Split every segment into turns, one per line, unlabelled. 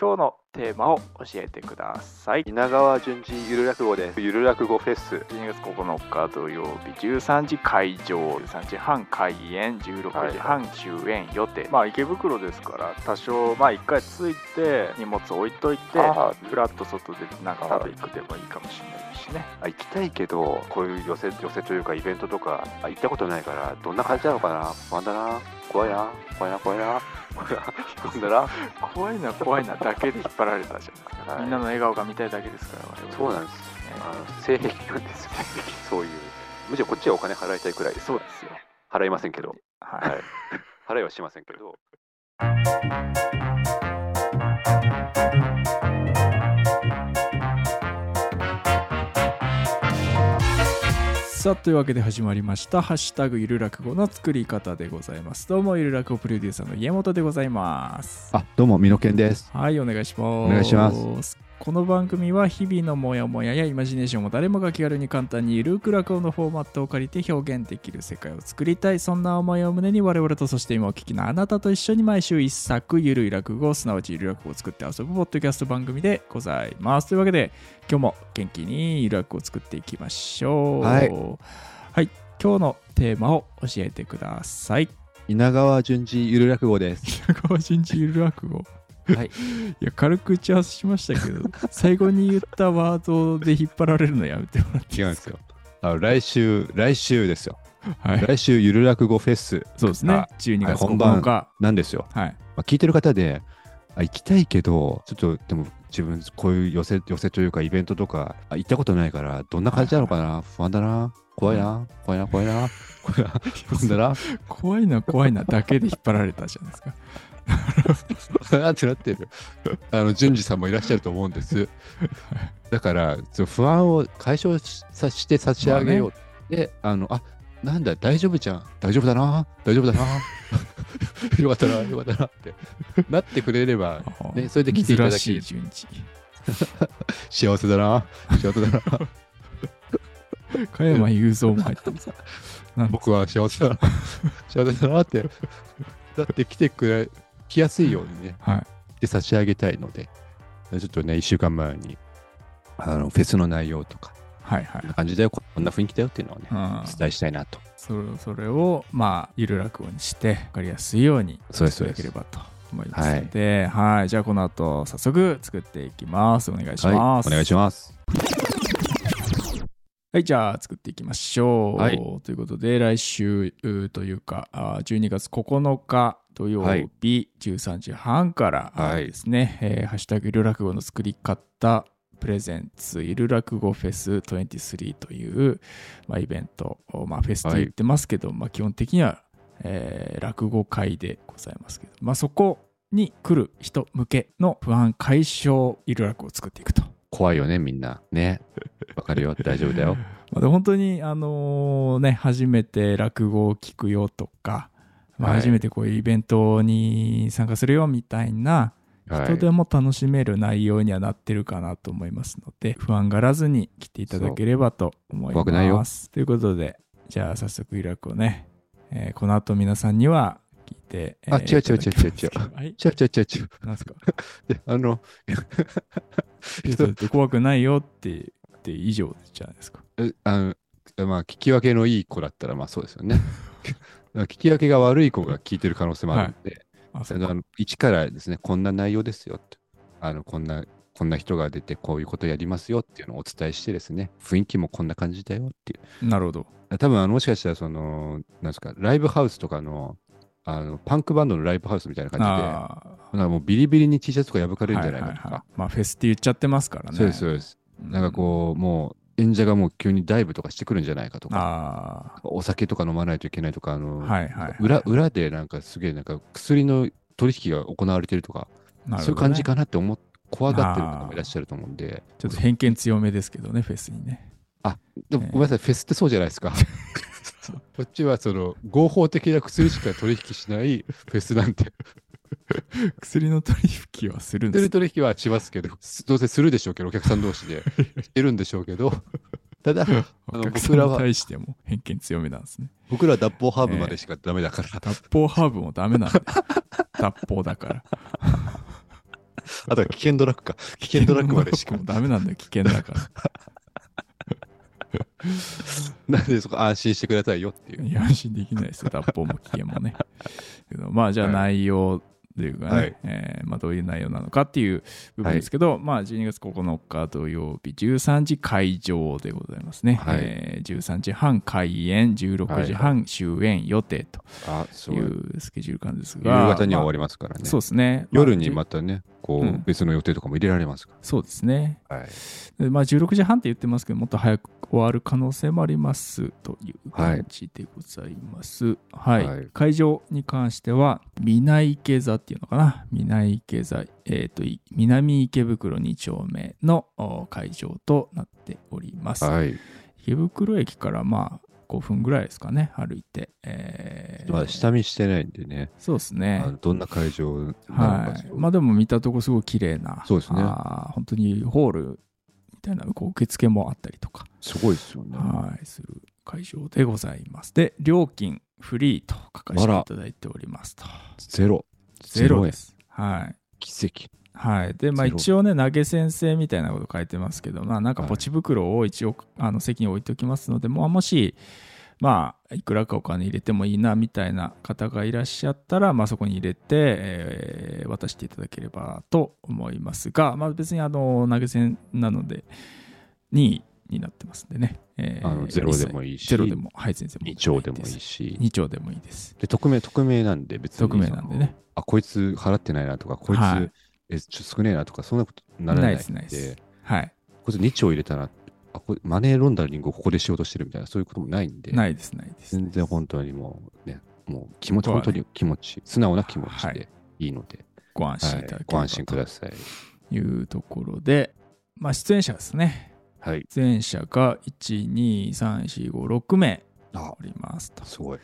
今日のテーマを教えてください
稲川淳二ゆる落語ですゆる落語フェス
12月9日土曜日13時会場13時半開演16時半終演予定、まあ池袋ですから多少まあ1回着いて荷物置いといて
あー
フラッと外でなんか食べ行くでもいいかもしれないしね
あ行きたいけどこういう寄せ寄せというかイベントとかあ行ったことないからどんな感じなのかな不安だな怖いな怖いな怖いな怖いな怖いな
怖いな怖いなだけで引っ張られたじゃないですか、
はい
みんなの笑顔が見たいだけですから我々
そうなんですあの性癖なんですよそういうむしろこっちはお金払いたいくらいです
そうですよ
払いませんけど
はい
はい払いはしませんけど
さあというわけで始まりました「ハッシュタグゆる落語」の作り方でございますどうもゆる落語プロデューサーの家元でございます
あ、どうも、みのけんです。
はいお願いしますお
願いします
この番組は日々のモヤモヤやイマジネーションを誰もが気軽に簡単にゆるく落語のフォーマットを借りて表現できる世界を作りたいそんな思いを胸に我々とそして今お聞きのあなたと一緒に毎週一作ゆるい落語すなわちゆる落語を作って遊ぶポッドキャスト番組でございますというわけで今日も元気にゆる落語を作っていきましょう
はい
はい、今日のテーマを教えてください。
稲川淳二ゆる落語です。
中川人事ゆる落語。
はい。
いや、軽く打ち合わせしましたけど、最後に言ったワードで引っ張られるのやめてもらっていい
違うん
で
ですす
か
よ。あの来週、来週ですよ。
はい。
来週、ゆる落語フェス
そうですね
あ。
12
はい
月
本番
9日。
なんですよ。
はい。
まあ、聞いてる方で、あ行きたいけど、ちょっと、でも、自分、こういう寄せ、寄せというか、イベントとか、あ行ったことないから、どんな感じなのかな不安だな。怖いな。怖いな、怖いな。怖いな。不安だな。
怖いな、怖いなだけで引っ張られたじゃないですか。
うわーってなってる。 あの、淳二さんもいらっしゃると思うんです。だから、そう不安を解消しさして差し上げよう。で、あの、あなんだ、大丈夫じゃん。大丈夫だな。大丈夫だな。よかったな、よかったなって。なってくれれ ば、ねそれで来ていただき
珍しい順次。
幸せだな。幸せだな。
加山雄三も入って ます。
僕は幸せだな。 幸せだなって。だって来てくれ、来やすいようにね。
はい。
で差し上げたいので、ちょっとね、1週間前に、あの、フェスの内容とか、
はいはい
こん。な感じだよ、こんな雰囲気だよっていうのをね、
うん
お伝えしたいなと。
それそれをまあゆる落語にして分かりやすいように
そうで
し
す
て
そう
いただ
です
ければと思いますので、はい、じゃあこの後早速作っていきます。お願いし
はい、
ま
お
す。
願いします。
はい、じゃあ作っていきましょう。
はい
ということで、来週うーというか、あー12月9日土曜日、
はい
13時半から、あー
はい
ですね、えーハッシュタグゆる落語の作り方、プレゼンツゆる落語フェス23という、まあ、イベント、まあ、フェスと言ってますけど、まあ、基本的には、えー落語会でございますけど、まあ、そこに来る人向けの不安解消ゆる落語を作っていくと。
怖いよね、みんな。ね。わかるよ、大丈夫だ よ。
まあ、でも本当に、あのね、初めて落語を聞くよとか、まあ、
はい
初めてこういうイベントに参加するよみたいな、
は
人で
い、
も楽しめる内容にはなってるかなと思いますので、不安がらずに来ていただければと思い
そう怖くないよ
ます。ということで、じゃあ早速、イラクをね、えーこの後皆さんには聞いて、えー
あ違う違う違う違う違う
いただきますけどはい、
ちゃちゃちゃ ちゃ。
なんすか。
であの、
ちょっと怖くないよって、って以上じゃないですか。
えあの、まあ、聞き分けのいい子だったら、まあそうですよ ね。聞き分けが悪い子が聞いてる可能性もあるので、
あ、
そ
そう
れ
か
であの一からですね、こんな内容ですよってあのこんな、こんな人が出て、こういうことやりますよっていうのをお伝えしてですね、雰囲気もこんな感じだよっていう。
なるほど。
多分あのもしかしたらそのなんですかライブハウスとかのあのパンクバンドのライブハウスみたいな感じでなん
あー
かもうビリビリに T シャツとか破かれるんじゃないかと
は
か、
いはいはいまあフェスって言っちゃってますからね
そうですそうです、なんかこうもう演者がもう急にダイブとかしてくるんじゃないかと
うん
か
あ
お酒とか飲まないといけないとかあの、
あはいはい
裏裏でなんかすげえなんか薬の取引が行われてると
なる
か
ほどね
そういう感じかなって思っ怖がってる方もいらっしゃると思うんで
ちょっと偏見強めですけどねフェスにね
でもごめんなさい、フェスってそうじゃないで すかこっちはその合法的な薬しか取引しないフェスな んて
薬の取引はするん
売っ
です
てる取引はしますけど、どうせするでしょうけど、お客さん同士 でしてるんでしょうけど、ただ、あ
お
の
客さ
僕
ん
ら
に
は、
対しても偏見強めなんですね
僕らは脱法ハーブまでしかダメだから、
脱法ハーブもダメなんで脱法だから
あとは危険ドラッグか。危険ドラッグまでし か
もうダメなんだよ危険だから
なんでそこ安心してくださいよっていう。
いや安心できないですよ脱法も危険も ねけどまあじゃあ内容というかね、
はい
えーまあ、どういう内容なのかっていう部分ですけど、まあ、12月9日土曜日13時会場でございますね、
はい
えー13時半開演16時半終演予定
あ、
と
そ。
いううスケジュール感です
夕
が
方に
ま
は終わ
あ
りますからね。
そうですね
夜に
まあ
またね、
う
こうん別の予定とかも入れられますか
そうですね
ら。はい。
でまあ、16時半って言ってますけど、もっと早く終わる可能性もありますという感じでございます。はい。
はい
会場に関しては、南池座っていうのかな。南池座、えっ、と、い南池袋2丁目のお会場となっております。
はい。
池袋駅からまあ5分ぐらいですかね、歩いて。えー
まあ、下見してないんでね、
そうです
あ
ね
の。どんな会場なのか
は
ち
い。
ょっと
まあでも見たとこすごい綺麗な。
そうですね
あー本当にホールみたいな、こう受付もあったりとか。
すごいですよね。
はい、する会場でございます。で、料金フリーと書かせていただいておりますと。
ゼロ。
ゼロ
円
です。はい。
奇跡。
はい、で、まあ、
ゼロ
一応ね、投げ銭制みたいなこと書いてますけど、まあ、なんかポチ袋を一応、あの席に置いておきますので、もうもし、まあ、いくらかお金入れてもいいなみたいな方がいらっしゃったら、まあ、そこに入れて、えー渡していただければと思いますが、まあ、別にあの投げ銭なので、2位になってますんでね、えー
あのゼロでもいいし
ゼロでも、はい、全然
2丁でもいいし。
2丁でもいいです。
で、匿名、匿名なんで別に。
匿名なんでね。
あ、こいつ払ってないなとか、こいつ、
はい
え、ちょっと少ねえなとか、そんなことならないんで。
ないですないではい、
こいつ2丁入れたら、あこれマネーロンダリングをここでしようとしてるみたいな、そういうこともないんで。
ないです、ないです。
全然本当にもうね、もう気持ち、
ここは
本
ね
当に気持ち、素直な気持ち
はい
でいいので、
ご安心いただけれ
はい
ばと
ご安心ください。
いうところで、まあ、出演者ですね。
はい。
出演者が1、2、3、4、5、6名
あ
お、りますと。
すごい。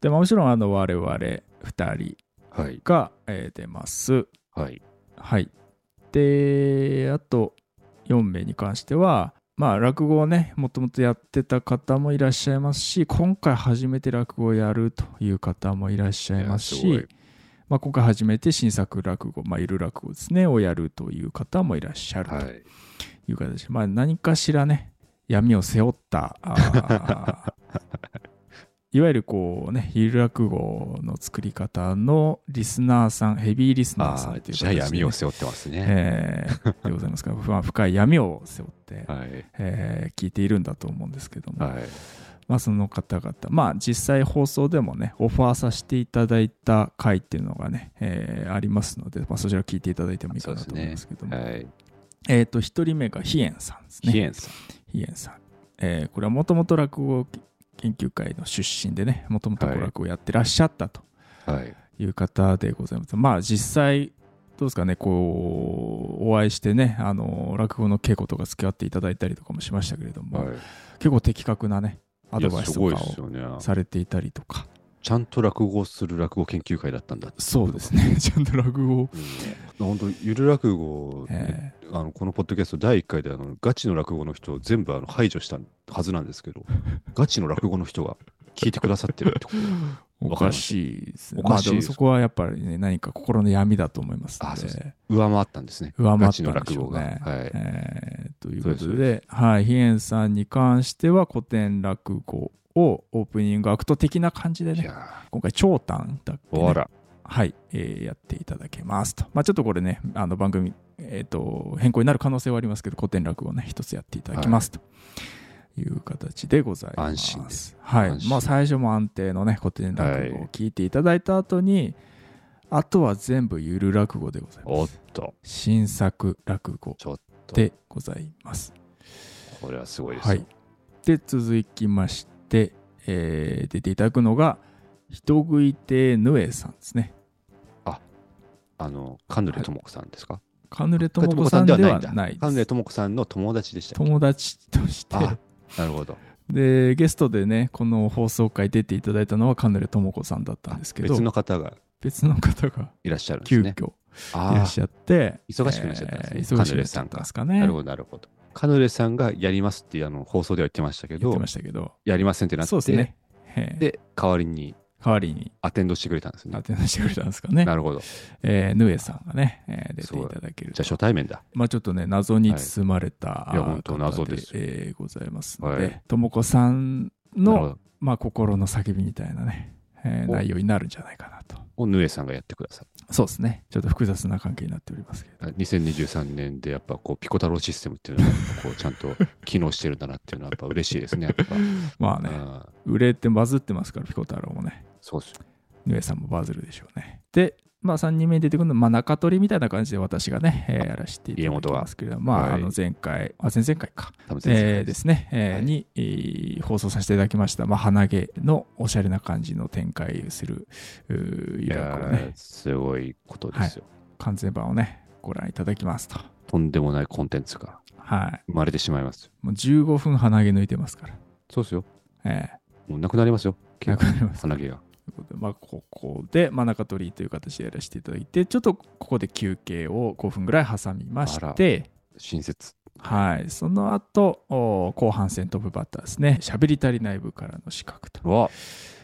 で、まあ、もちろんあの我々2人
はい。
が、えー出ます。
はい。
はい。で、あと4名に関しては、まあ、落語をね、もともとやってた方もいらっしゃいますし、今回初めて落語をやるという方もいらっしゃいます
いやすご
し
い、
まあ、今回初めて新作落語、まあ、ゆる落語ですね、をやるという方もいらっしゃると。
はい。
いう形で、まあ、何かしらね闇を背負ったあー いわゆるこうねヒール落語の作り方のリスナーさんヘビーリスナーさ
あ
ん
あ、
という
じゃあ
形で
闇
ね、
を背負ってますね。
えーでございますから、 まあ、深い闇を背負って、
はい。
えー聞いているんだと思うんですけども、
はい。
まあ、その方々まあ実際放送でもねオファーさせていただいた回っていうのがね、えーありますので、まあ、そちら聞いていただいてもいいかなと思いますけども、
はい。
えっ、と一人目がヒエンさんですね
ヒエンさん。
ヒエンさん。えーこれはもともと落語研究会の出身でね、もともと
はい
落語をやってらっしゃったと
はい。
いう方でございます。まあ実際、どうですかね、こう、お会いしてね、あの、落語の稽古とか付き合っていただいたりとかもしましたけれども、
はい。
結構的確なね、アドバイス
す
と
ごい
か
です
を
よね。
されていたりとか、
ちゃんと落語をする落語研究会だったんだって
そうですね、 ちゃんと落語を、
うん本当ゆる落語、ね
え
あのこのポッドキャスト第1回であのガチの落語の人を全部あの排除したはずなんですけ どガチの落語の人が聞いてくださってるってこと
ーおかしいですね。
おかしい
まあ
で
ですもそこはやっぱりね、何か心の闇だと思いますの
あそうで
で。
上回ったんですね
上回
ガ
っ
チ
た
の
んで
落
しょ
語
う
が、
ね。
はい
えーということ
そ
で
うで
はい、ヒエンさんに関しては古典落語をオープニングアクト的な感じで
い
ね、
や
今回、長短だっけ、
ー
ね
わ、ら
はい、えーやっていただけますと。まあ、ちょっとこれね、あの番組、えーと、変更になる可能性はありますけど、古典落語ね、一つやっていただきますと。いう形でございます。
安心です
はい。
安心
まあ、最初も安定のね、古典落語を聞いていただいた後に、あとは全部ゆる落語でござい
お
ま
っ
す。
と
新作落語
ちょっと
でございます。
これはすごいです
は
よ、
い、で続きまして、えー出ていただくのが人食い亭ヌエさんですね。
あのカヌレともこさんですか、
カヌレ
カヌ
智
レ
子さんでは
だ
ない
カヌ
で
レ
す。
ともこさんの友達でした
友達と して
あなるほど
でゲストでねこの放送回出ていただいたのはカヌレ智子さんだったんですけど
別の方が
別の方が
いらっしゃるんです
急
ね
遽
あ
いら
あ
っしゃって
忙しくなっちゃったんですね
えー忙しくなっちゃったんですかね
なるほどなるほどカヌレさんがやりますっていうあの放送では言ってましたけ
言っ
ど
てましたけど
やりませんってなって
そうですね、えー
で代わりに
代わりに
アテンドしてくれたんですね
ア。テンドしてくれたんですかね
な、るほど。じ
えーヌエさんがね、えー出ていただける
ゃあ初対面だ。
まあ、ちょっとね謎に包まれた、
いいや本当謎です
方えーございますの
は
で
い
ともこさん
なるほ
の、
ど
まあ、心の叫びみたいなね、えー
お
内容になるんじゃないかなと
をヌエさんがやってください。
そうですねちょっと複雑な関係になっておりますけど
2023年でやっぱこうピコ太郎システムっていうのがこうちゃんと機能してるんだなっていうのはやっぱ嬉しいですね。やっぱ
まあ
う
ね
ん
売れてバズってますからピコ太郎もね
そうっす
ヌエさんもバズるでしょうねでまあ、3人目に出てくるのは、まあ、中取りみたいな感じで私がね、えーやらせていただきますけれども、まあ、
はい
あの前回、あ、前々回か、
多分全然
えーですね、えー
はい
に、えー放送させていただきました、まあ、鼻毛のおしゃれな感じの展開するうーイ
い
ラ
や
クを
ー
ね、
すごいことですよ、
完全版をね、ご覧いただきますと。
とんでもないコンテンツが
はい。
生まれてしまいますよ
もう15分鼻毛抜いてますから。
そうですよ。
え
もうなくなりますよ。
えなくなります。
鼻毛が。
ということでまあ、ここで、まあ、中取りという形でやらせていただいて、ちょっとここで休憩を5分ぐらい挟みまし
あら
て、
親切。
はい、その後お後半戦トップバッターですね、喋り足りない部からの資格と、
わ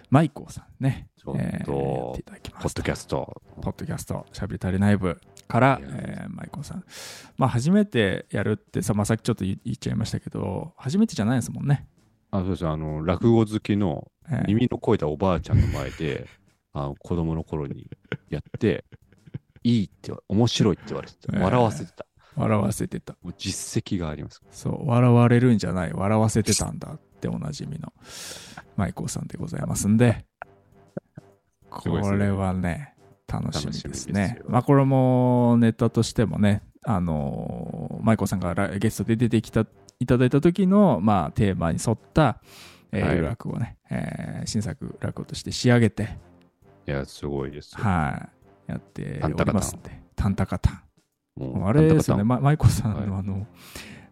マイコーさんね、
ちょっと
えーやっていただきま
ポッ
す
ドキャスト。
ポッドキャスト、しゃべり足りない部から、
いや
えーマイコンさん。まあ、初めてやるってさ、まあ、さっきちょっと言言っちゃいましたけど、初めてじゃないですもんね。
あ、そうですあの、落語好きの
えー
耳の肥えたおばあちゃんの前 で、あの子供の頃にやって、 いいって、面白いって言われてた。
ええ
笑わせてた。
笑わせてた。
もう実績があります。
そう、笑われるんじゃない、笑わせてたんだっておなじみのマイコンさんでございますんで、こ
ごいですね
れはね、楽しみで
楽し
す
みで
ね
す。よ
まあ、これもネタとしてもね、あのーマイコンさんがらゲストで出てきた、いただいた時の、まあ、テーマに沿った、えー
はい
落語をね、えー新作落語として仕上げて、
いや、すごいですよ。
はい、やっておりますんで、タンタカタン。
もう
あれですよね、
なんだか
ま、
んだ
舞子さんの
は
あの、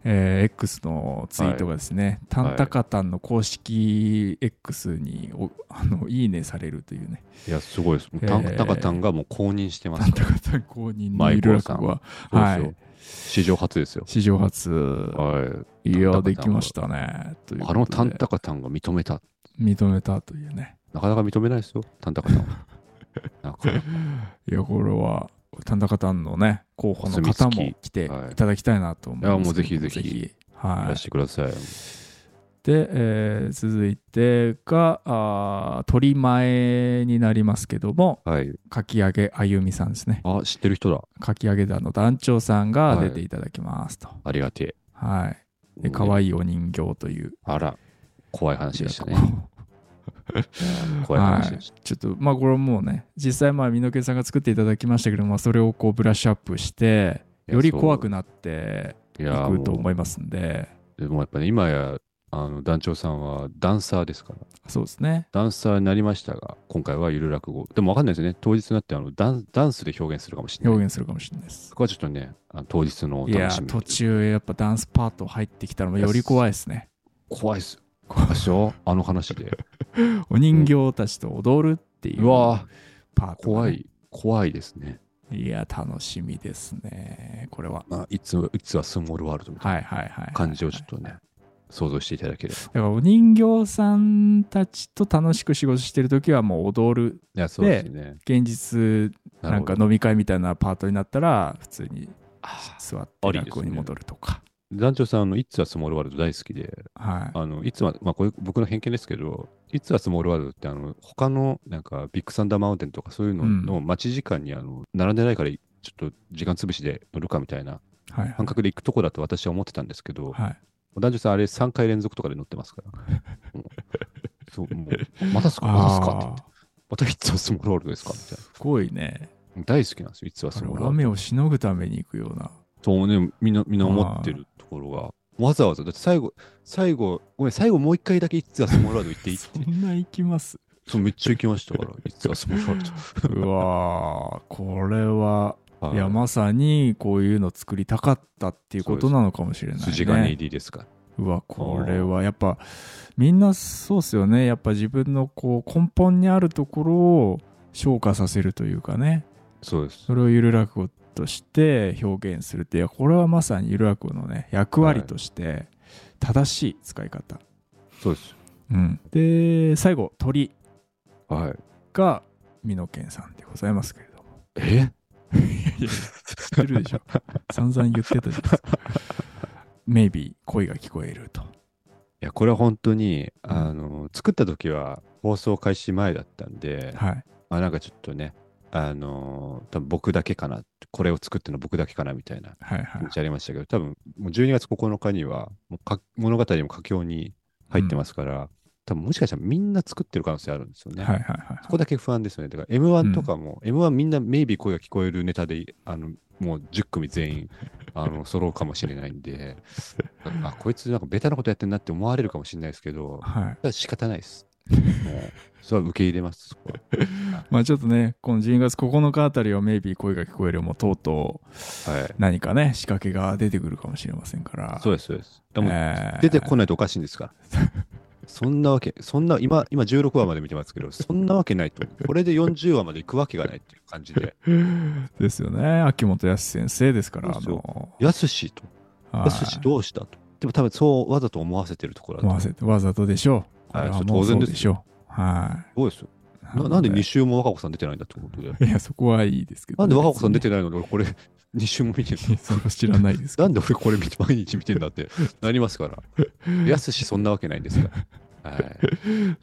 えー X のツイートがですね、タンタカタンの公式 X におあのいいねされると いうね、
いや、すごいです。もう
ええ
タンタカタンがもう公認してま
タ
す
ン
から
タ。カタン公認の
舞
イ
妓
ルラ
さん
クは、
そう
は
ですよ
い、
史上初ですよ。
史上初、、
はいタンタカタ
や、
ン
できましたね。という
い。
こ
あ
と
の
で
タンタカタンが認めた。
認めたというね、
なかなか認めないですよ。タンタカタン は。なかなか
いや、これは、タンタカタンのね、候補の方
お墨
も
付
来て
はい
いただきたいなと思います、
いやもうぜひぜひい
は
ら
い
し、てください。
で、えー続いてがあー鳥前になりますけども
はい。
かき揚げあゆみさんですね
あ、知ってる人だ。
かき揚げ団の団長さんが
はい
出ていただきますと
ありがて
はい、
え。
で可愛いお人形という
あら、怖い話でしたね。怖い
は
話
い
でした。、
ちょっとまあこれはもうね実際まあ美濃家さんが作っていただきましたけどもそれをこうブラッシュアップして
いや
より怖
そ
くなって
うい
い
や
くと
も
思いますんで
うでもやっぱね、今や、あの団長さんはダンサーですから、
そうですね
ダンサーになりましたが、今回はゆる落語。でも分かんないですね、当日になってあのダンダンスで表現するかもしれない。
表現するかもしれないです
そこはちょっとね、あの当日のお
いや
楽しみ。
途中やっぱダンスパート入ってきたらもうより怖いですね
怖いっす。
怖い
でしょあの話 で。
お人形たちと踊るっていう
うわ
パートがね、
怖い、怖いですね。
いや楽しみですねこれは
まあ、いついつはスモールワールドみたい
はいはいはい
な感じをちょっとね、想像していただければ。
だからお人形さんたちと楽しく仕事してる時はもう踊る
いや、そうですね。
現実
る
なん
ほど
か飲み会みたいなパートになったら普通に座って
ありですね
学校に戻るとか、
団長さん、あの、いつはスモールワールド大好きで、
はい
あの、いつは、まあ、これ僕の偏見ですけど、いつはスモールワールドって、あの、他の、なんか、ビッグサンダーマウンテンとかそういうの
うん
の待ち時間に、あの、並んでないから、ちょっと時間潰しで乗るかみたいな
はい
感覚で行くとこだと私は思ってたんですけど、
はい
男女さん、あれ3回連続とかで乗ってま すから。もうそうもうまたっすかまたっすかって
あー
またいつはスモールワールドですかみたい
すごいね
な。大好きなんですよ、いつは
こ
ス
れ
モールワールド。
雨をしのぐために行くような
そうね、みんな、みんな思ってるところが。わざわざ、だって最後、最後、ごめん、最後もう一回だけいつはスモールワールド 行っていいっ
そ
て。
んな行きます
そう、めっちゃ行きまし たから、いつはスモールワールド。
うわーこれは
はい
いやまさにこういうの作りたかったっていうことなのかもしれない、ね、
筋金入りですから。
うわこれはやっぱみんなそうっすよねやっぱ自分のこう根本にあるところを昇華させるというかね
そうです。
それをゆる落語として表現するっていやこれはまさにゆる落語のね役割として正しい使い方、
そうです。
うん、で最後鳥
はい。
が美濃健さんでございますけれど も。
え
いや知ってる でしょ。散々言ってたじゃないですか。Maybe 声が聞こえると。
いや、これは本当に、あの、作った時は放送開始前だったんで、
はい。
まあなんかちょっとね、あのー多分僕だけかな、これを作ってるの僕だけかなみたいな
はいは
気
い
持。ちありましたけど、多分もう12月9日にはもうか物語も佳境に入ってますから、多分もしかしたらみんな作ってる可能性あるんですよね。
はいはいはい。
そこだけ不安ですよね。だから
うん
M1 とかも、M1 みんなメイビー声が聞こえるネタで、あの、もう10組全員、あ の、揃うかもしれないんで、あ、こいつなんかベタなことやってんなって思われるかもしれないですけど、
はい。
ただ仕方ないです。もう、それは受け入れます。そこ
まあちょっとね、この12月9日あたりは Maybe 声が聞こえるもとうとう
ははい。
何かね、仕掛けが出てくるかもしれませんから。
そうです、そうです。でも、
えー
出てこないとおかしいんですから。そんなわけ、そんな、今、今16話まで見てますけど、そんなわけないと。これで40話まで行くわけがないっていう感 じで、
ですよね。秋元康先生ですから、あ
そうそう
の、
やすしと。やすし
はい
どうしたと。でも多分そうわざと思わせてるところだと
思わせてわざとでしょう。こ
はい
れは
それ
もう
当
そう
然
でしょう。は
どうですよ
い。
ななんで
なの
2週も若子さん出てないんだってことで。
いや、そこはいいですけどね、
なんで若子さん出てないのに俺これ2週も見てる
別にそれは知ら ないですけど。
なんで俺これ見て毎日見てんだってなりますから。やすしそんなわけないんですから。はい、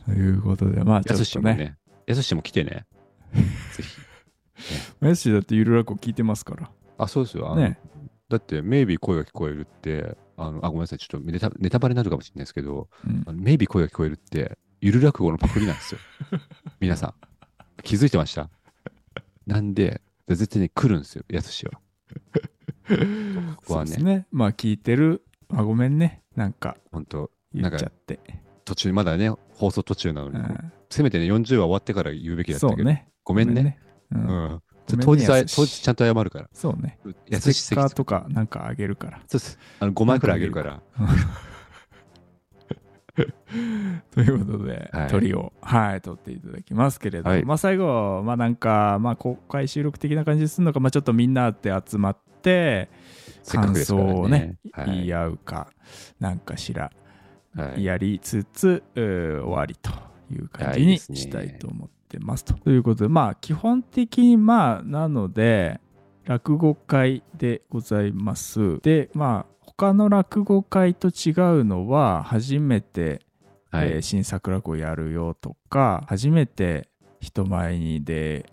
ということで、 まあ、ち
や
ょ
す
っ
し
と
も
ね。
ね。やすしも来てね。ぜひ。
やすしだってゆるらこ聞いてますから。
あ、そうですよ。あの
ね。
だって、メイビー声が聞こえるって、あのあごめんなさい、ちょっとネタネタバレになるかもしれないですけど、
うん
あのメイビー声が聞こえるって、ゆる落語のパクリなんで すよ。皆さん、気づいてましたなんで、絶対に来るんですよ、やすしは。ここ
そう
は
で
ね
すね。まあ、聞いてる。あ、ごめんね。なんか
本当
言っちゃって。
途中、まだね、放送途中なのに、
うん
せめてね、40話終わってから言うべきだっ
そ
たけ
う
ど、
ね。
ごめんね。
ごめん
う
ね。うん
ん
ごめんね
当日は、
やすし
当日ちゃんと謝るから。
そうね。
やすし
ス
席
テッカーとかなんかあげるから。
そうです。あの5枚くらいあげるから。
ということで、
はい
鳥を、はい、撮っていただきますけれども、
はい
まあ最後、まあなんか、まあ公開収録的な感じにするのか、まあちょっとみんなって集まって、
せっか
感
くです
想
から
をね
ね、はい
言い合うか、なんかしら、
はい
やりつつ、うー終わりという感じ
いやいい
に
ですね
したいと思ってますと。ということで、まあ基本的に、まあなので、落語会でございます。で、まあ他の落語会と違うのは、初めて、
はい
えー新作落語やるよとか初めて人前にで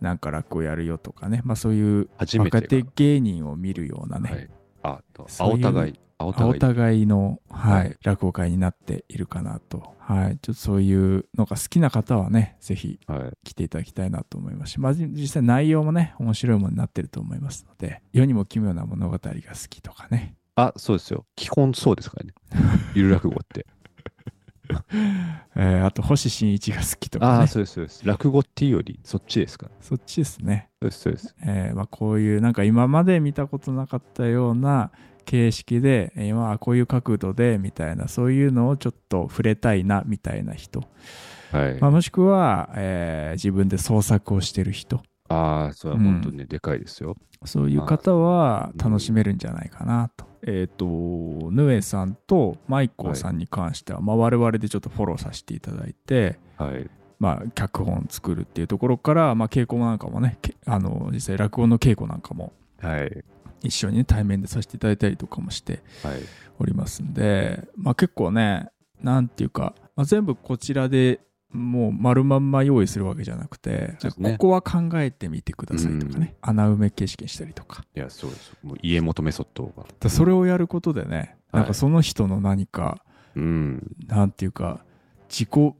なんか落語やるよとかね、まあ、そういう
初めて
若
が。
手芸人を見るようなね、
はい、あと、
そういう
青互い。青
お
互い。
互いの、はい
はい
落語会になっているかなと,、はい、ちょっとそういうのが好きな方はねぜひ
はい。
来ていただきたいなと思いますし、まあ、じ実際内容もね面白いものになってると思いますので世にも奇妙な物語が好きとかね
あ、そうですよ。基本そうです からね。ゆる落語って。
えーあと星新一が好きとか、
ああ、
ね、
そうです、そうです。落語っていうより、そっちですから。
そっちですね
そうです、そうです。
えーまあ、こういうなんか今まで見たことなかったような形式でえー今はこういう角度でみたいなそういうのをちょっと触れたいなみたいな人、
はい。
まあ、もしくは、えー自分で創作をしてる人
ああ、それは本当にねでかいですよ。
そういう方は楽しめるんじゃないかなと。えっ、とヌエさんとマイコーさんに関しては、まあ、我々でちょっとフォローさせていただいて、
はい。
まあ、脚本作るっていうところから、まあ、稽古なんかもねけあの実際落語の稽古なんかも
はい。
一緒にね対面でさせていただいたりとかもして
はい。
おりますんで、まあ、結構ねなんていうか、まあ、全部こちらでもう丸まんま用意するわけじゃなくて、
そうです
こ
ね
こは考えてみてくださいとかね、穴埋め形式にしたりとか
いや、そうです。もう家元メソッドが。
だそれをやることでね、
はい
なんかその人の何か
うん。
なんていうか自己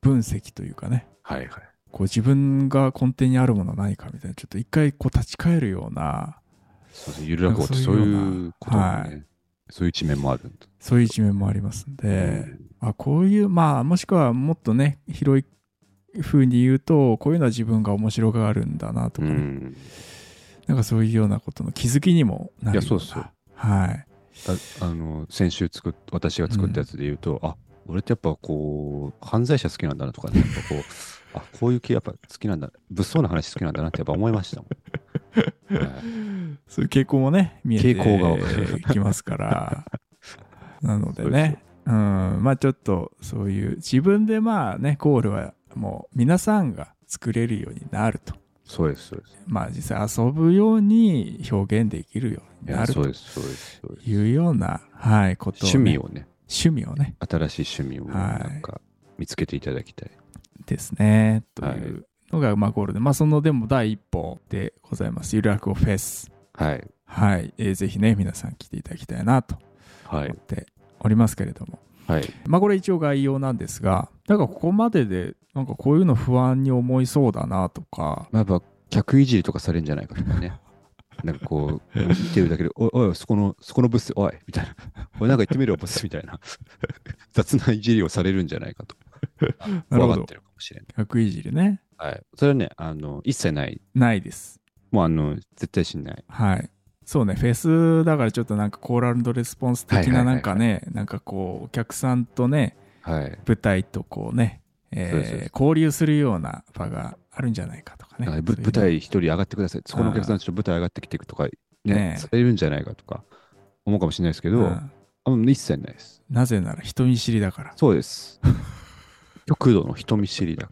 分析というかね
はいはい。
こう自分が根底にあるものは何かみたいなちょっと一回こう立ち返るような
そうですゆる落語ってそういうことだね。そういう一面もあるんだ。
そういう一面もありますんで、あこういうまあもしくはもっとね広い風に言うとこういうのは自分が面白があるんだなと
う
かね、
ん。
なんかそういうようなことの気づきにもなるようない
やそうそう
はい
ああの、先週作っ、私が作ったやつで言うと、あ、俺ってやっぱこう、犯罪者好きなんだなとかね、やっぱこう、 あ、こういう系やっぱ好きなんだ、物騒な話好きなんだなってやっぱ思いましたもん。はい
そういう傾向もね見えて
傾向が
きますから なので
そうですよ
ねうんまあちょっとそういう自分でまあねコールはもう皆さんが作れるようになると。
そうです、そうです。
まあ実際遊ぶように表現できるよう
い
に
や
なる
そう
と
です、そうです。そうです
いうような、はい、こと
趣味
をね。
をね、
趣味をね。
新しい趣味をなんか見つけていただきたい。
ですね。と
はい
いうのが、まあゴールで。まあそのでも第一歩でございます。ゆる落語フェス。
はい。
はい、えーぜひね、皆さん来ていただきたいなと
は
思っ
い。
ておりますけれども。
はい。
まあこれ一応概要なんですが、なんかここまでで、なんかこういうの不安に思いそうだなとか、
まあ、やっぱ、客いじりとかされるんじゃないかとか ね。なんかこう、見てるだけで、おい、おい、そこの、そこのブス、おい、みたいな。おい、なんか言ってみろ、ブス、みたいな。 雑ないじりをされるんじゃないかと。
なる
怖
ほ
がっ
ど
て。るかもしれない。
100いじりね。
はい。それはね、あの、一切ない。
ないです。
もう、あの、絶対しない。
はい。そうね、フェスだからちょっとなんかコーラルレスポンス的
は
ない
はいはいはい
なんかね、なんかこう、お客さんとね、
はい。
舞台とこうね、
そうですそ
え
う
ー
です
交流するような場があるんじゃないかとかね。
なんかぶ
そういう
舞台一人上がってください。そこのお客さんちょっと舞台上がってきていくとか、ね、
ねえ
されるんじゃないかとか思うかもしれないですけど、
う
あ
ん
の一切ないです。
なぜなら人見知りだから。
そうです。 極度の人見知り だ。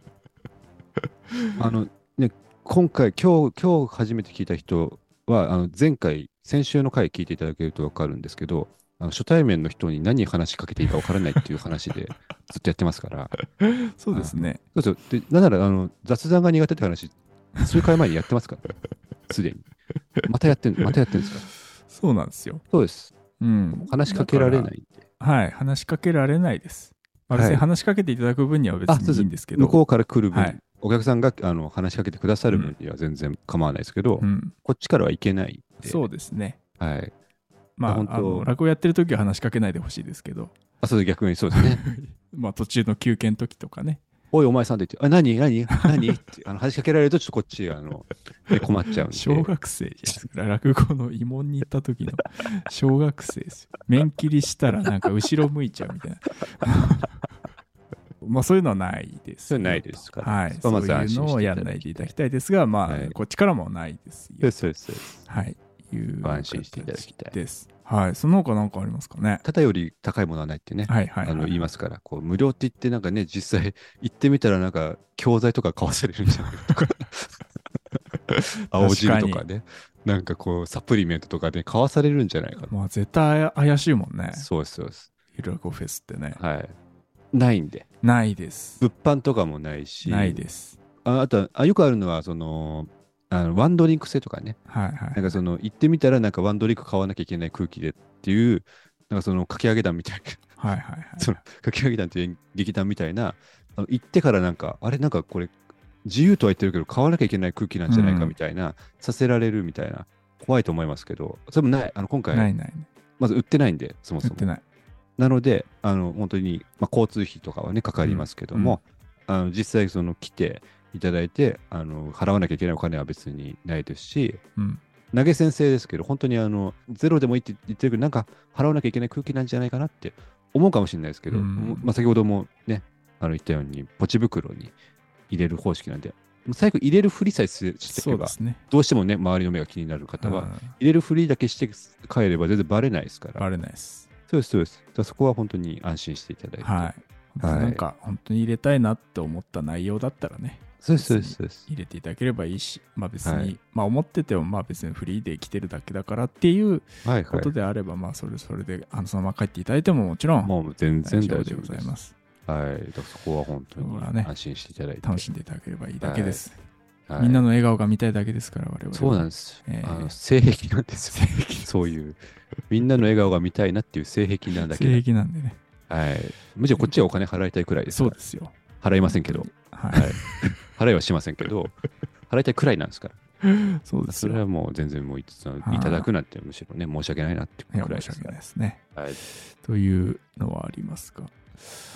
あの、ね、今回、今日、今日初めて聞いた人は、あの前回、先週の回聞いていただけると分かるんですけど、あの初対面の人に何話しかけていいか分からないっていう話 でずっとやってますから、
そうですね。
そうそうでなんならあの雑談が苦手って話、数回前にやってます から、すでに。またやってん、またやってんですから。
そうなんですよ。
そうです。
うん。
話しかけられないんで。
はい、話しかけられないです。まあ
はい
別に話しかけていただく分には別
あ
に
そうで
い
す
いんですけど、
向こうから来る分、
はい
お客さんがあの話しかけてくださる分には全然構わないですけど、
うん、
こっちからはいけないんで。
そうですね。
はい。
まあ、
本当
あの落語やってる時は話しかけないでほしいですけど、
あ、そうです逆にそうですね。
まあ途中の休憩の時とかね、
おい、お前さんって言って、あ、何何 何ってあの話しかけられると、ちょっとこっち、あの、ね困っちゃうんで。
小学生じゃないですか。落語の慰問に行った 時の小学生ですよ。面切りしたらなんか後ろ向いちゃうみたいな。 まあそういうのはないです。
そういうのないですから
はい。
そ
そ
こは
う
まず
い
安
う
心していただきたい
のをやらないでいただきたいですが、まあ、
はい
こっちからもないです
そうで
よ。
す、そうですそうです。
はい。いう
ご安心していただきたい
です。はい。その他なんかありますかね。
ただより高いものはないってね。
はいはい、はい。
あの言いますから、こう無料って言って、なんかね、実際行ってみたら、なんか教材とか買わされるんじゃないかと か、青汁とかね、なんかこうサプリメントとかね、買わされるんじゃないかと。
まあ絶対怪しいもんね。
そうです、そうです。
ゆるこフェスってね。
はい。ないんで、
ないです。
物販とかもないし、
ないです。
ああとはあ、よくあるのは、その、あのワンドリンク制とかね、
はい
な
は
ん
い。
かその行ってみたら、なんかワンドリンク買わなきゃいけない空気でっていう、なんかそのかき上げ団みたいな。
はいはいはい。
そのかき上げ団っていう劇団みたいなあの行ってからなんかあれなんかこれ自由とは言ってるけど買わなきゃいけない空気なんじゃないか
うん
みたいな、させられるみたいな怖いと思いますけどそれもないあの今
な
回
いない。
まず売ってないんでそも
売
そ
っ
も
てない。
なのであの本当に、まあ、交通費とかはねかかりますけども、あの実際その来ていただいてあの払わなきゃいけないお金は別にないですし
うん。
投げ先生ですけど本当にあのゼロでもいいって言ってるけどなんか払わなきゃいけない空気なんじゃないかなって思うかもしれないですけど、
うん
まあ、先ほどもねあの言ったようにポチ袋に入れる方式なんで最後入れるふりさえすし
そ
ていけ
うで
ば
すね。
どうしてもね周りの目が気になる方は、
うん
入れるふりだけして帰れば全然バレないですから
バレないです。
そうですそうですだからそこは本当に安心していただいて、
はい。
はい
なんか本当に入れたいなって思った内容だったらね、
そうですそうですそうです
入れていただければいいし、まあ別に、
はい
まあ思っててもまあ別にフリーで来てるだけだからっていう
はいは
ことであれば、まあそれそれであのそのまま帰っていただいてももちろ
い
ん
もう全然
大丈
大丈
夫
夫
でご
で
ざいますす。
はいだからそこは本当
そ
に
こはね
安心していただいて、
楽しんでいただければいいだけです。
はい
みんなの笑顔が見たいだけですから、我々は。
そうなん
で
です。
えー
あの性癖なんです よ。
性癖
そういう、みんなの笑顔が見たいなっていう性癖なんだけ
性
ど、
癖なんでね。
はい、むしろこっちはお金払いたいくらいです
そ
か
う
ら
ですよ。
払いませんけど、
は。
はいい、払いはしませんけど、払いたいくらいなんですから、
そうです
そ
よ。
れはもう全然もういつ
はい
いただくなんて、むしろね、申し訳ないなって
い
く
や、
らい
申
で
し
す
訳
か
ない
ら。
ですね。
はい
というのはありますが。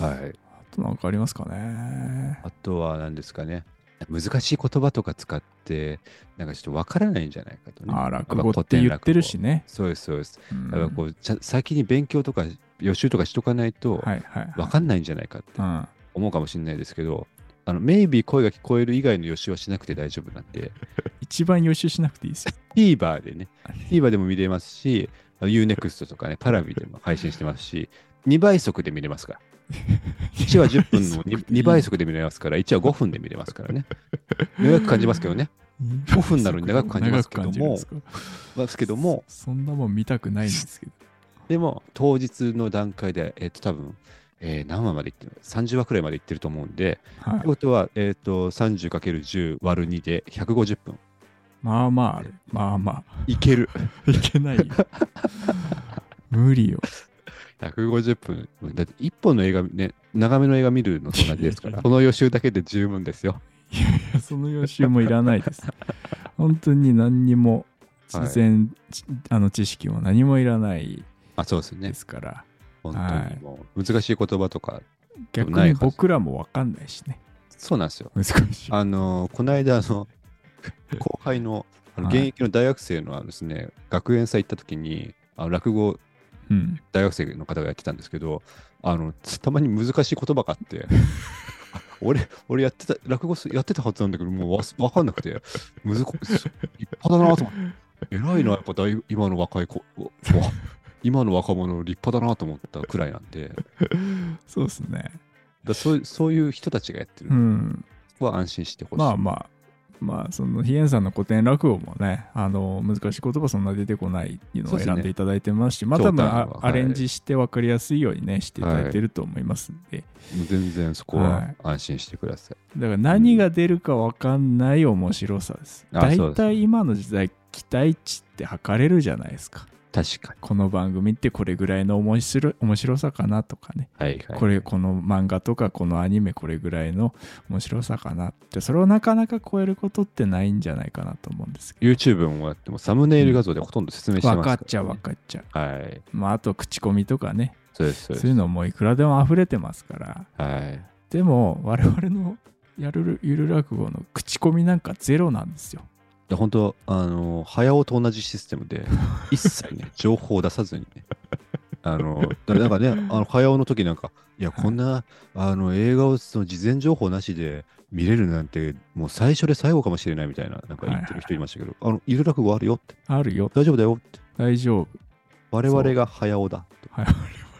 はい、
あとなんかありますかね。
あとは何ですかね、難しい言葉とか使って、なんかちょっとわからないんじゃないかとね。
あー
やっぱ
落語って言ってるしね。
そうです、そうです。
うん
やっぱこう、ちゃ先に勉強とか予習とかしとかないと、
はいはいはい。
わかんないんじゃないかって
うん
思うかもしれないですけど、あの、メイビー声が聞こえる以外の予習はしなくて大丈夫なん で、
一番予習しなくていいですよ。
TVer でね、TVer でも見れますし、あの Unext とかね、パラビでも配信してますし、2倍速で見れますから。 1は10分の 2,
いい
倍速で見れますから、1は5分で見れますか らね。長く感じますけどね。5分なのに長く感じますけど
長く感
も
じるんですか
ですけども、
そんなもん見たくないんですけど。
でも当日の段階で、えっと多分、えー何話までいってる ?30 話くらいまでいってると思うんで、
は
って
い、
ことは、えっと 30×10 割る2で150分。
まあまあある、まあまあ、
い ける。
いけないよ。無理よ。
150分。だって1本の映画、ね、長めの映画見るのと同じですか
いやいや
ら、この予習だけで十分ですよ。
その予習もいらないです。本当に何にも、
はい
事前、ちあの知識も何もいらない
あ、そうですね
で。すから、
本当にもう難しい言葉とか、
逆
ない
に
はず
僕らもわかんないしね。
そうなんですよ。
難しい。
あのこの間あ の後輩のあの
はい
現役の大学生のあのです、ね学園祭行った時にあの落語
うん。
大学生の方がやってたんですけどあのつたまに難しい言葉があって 俺俺やってた落語すやってたはずなんだけどもうわ分かんなくてむずこ立派だなと思って偉いなやっぱだい今の若い子わ今の若者立派だなと思ったくらいなんでだか
そうですね。
らそういうそういう人たちがやってる
う
の
ん。
は安心してほしい、
まあまあまあそのヒエンさんの古典落語もねあの難しい言葉そんな出てこないっていうの
そう
を
ですね
選んでいただいてますしまた
そうだ
まあ
は
あ
い
アレンジして分かりやすいようにねしていただいてると思いますんで、
もう全然そこ
は
はい安心してください。
だから何が出るか分かんない面白さです
あ
大
そうです
体今の時代期待値って測れるじゃないですか
確かに。
この番組ってこれぐらいの面白面白さかなとかね
はいはい。
これこの漫画とかこのアニメこれぐらいの面白さかなってそれをなかなか超えることってないんじゃないかなと思うんですけ
YouTube もやってもサムネイル画像でほとんど説明して
ど
ます
分
ら
かっちゃう分かっちゃう
はい。
まああと口コミとかね
そうです、そう
そう
で
いう
す。
のもいくらでも溢れてますから
はい。
でも我々のやるゆる落語の口コミなんかゼロなんですよ
で本当あの、早尾と同じシステ ムで、一切ね、情報を出さずにね。あの、だなんかね、あの早尾の時なんか、いや、こんな、あの、映画をその事前情報なしで見れるなんて、もう最初で最後かもしれないみたいな、なんか言ってる人いましたけど、あの、いる落語あるよって、
あるよ
大丈夫だよって、
大丈夫
我々が早尾だと。
はい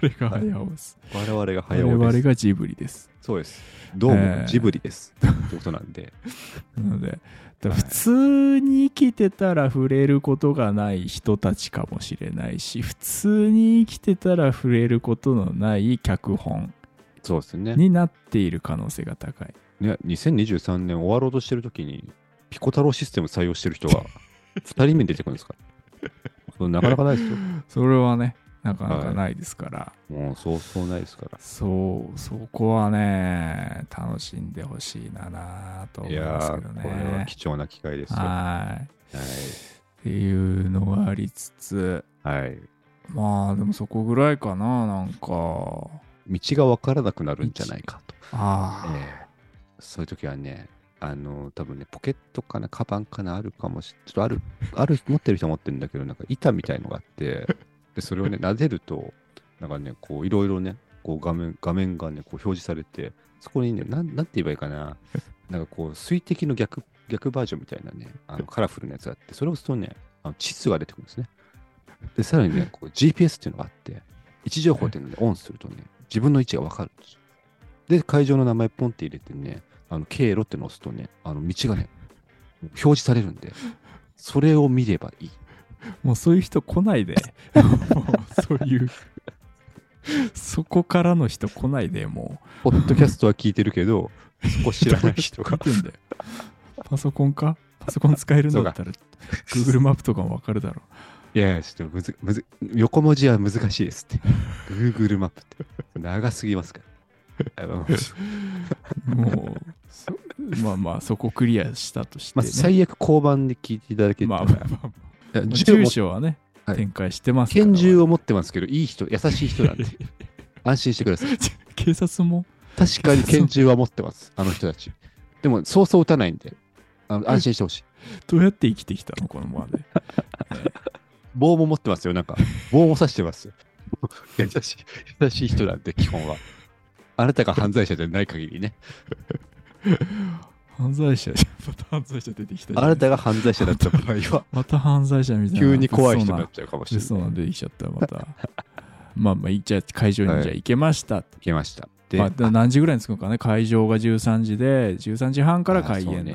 我々が早尾です
我々が
我
早尾です。
々がジブリです
そうです。どう
え
も
ー
ジブリです。ってことなんで。
なのでだから
はい
普通に生きてたら触れることがない人たちかもしれないし普通に生きてたら触れることのない脚本
そうですね。
になっている可能性が高い
ね2023年終わろうとしてるときに、ピコ太郎システム採用してる 人が2人目に出てくるんですかそうなかなかないですよ。
それはねなかなかないですから、
もうそうそうないですから。
そうそこはね楽しんでほしいななと思
い
い
や
ますけど
ー、これは
ね
貴重な機会ですよ。は
はいっていうのがありつつ
い。はい。
まあでもそこぐらいかななんか
道が分からなくなるんじゃないかと。
ああ、
ええそういう時はね、あの多分ね、ポケットかな、カバンかな、あるかもしれちょっとある、ある、持ってる人は持ってるんだけど、なんか板みたいのがあって、で、それをね、撫でると、なんかね、こう、いろいろね、こう画面、画面がね、こう表示されて、そこにね、なんなんて言えばいいかな、なんかこう、水滴の逆、逆バージョンみたいなね、あのカラフルなやつがあって、それを押すとね、あの地図が出てくるんですね。で、さらにね、こう GPS っていうのがあって、位置情報っていうのでオンするとね、自分の位置がわかるんですよ。で、会場の名前ポンって入れてね、あの経路ってのを押すとね、あの道がね、表示されるんで、それを見ればいい。
もうそういう人来ない で。もうそういう。そこからの人来ないで、も
ポッドキャストは聞いてるけど、そこ知らない人
う。
が
見。てんだよ。パソコンかパソコン使えるんだったら、Google マップとかもわかるだろ
いやいや、ちょっとむずむず横文字は難しいですって。Google マップって。長すぎます から。あの
う。もう、そまあまあ、そこクリアしたとして、
まあ、
ね。
最悪交番で聞いていただけ
ま
た
あ
ら
まあまあま
いや
あ
銃
住
も
所はね、
はい
展開してますから。
拳銃を持ってますけど、いい人、優しい人 なんで。安心してください。
警察も
確かに拳銃は持ってます、 あの人たち。でも、そうそう撃たないんで、あの安心してほしい。
どうやって生きてきたのこのままで。
棒も持ってますよ、なんか。棒も刺してますよ。 優しい、優しい人なんで、基本は。あなたが犯罪者じゃない限りね。
犯罪者じゃん。また犯罪者出てきたじゃ
あ
ん
なたが犯罪者だった場合は、
また犯罪者みたいな。
急に怖い人
物騒
に
な
なっちゃうかもしれ
嘘
な。
ない 出てきちゃったまたまあまあじゃあ会場にじゃあ行けましたと、
いけました。で、
まあ、だ何時ぐらいに着くのかね会場が13時で13時半から開演なんで
あ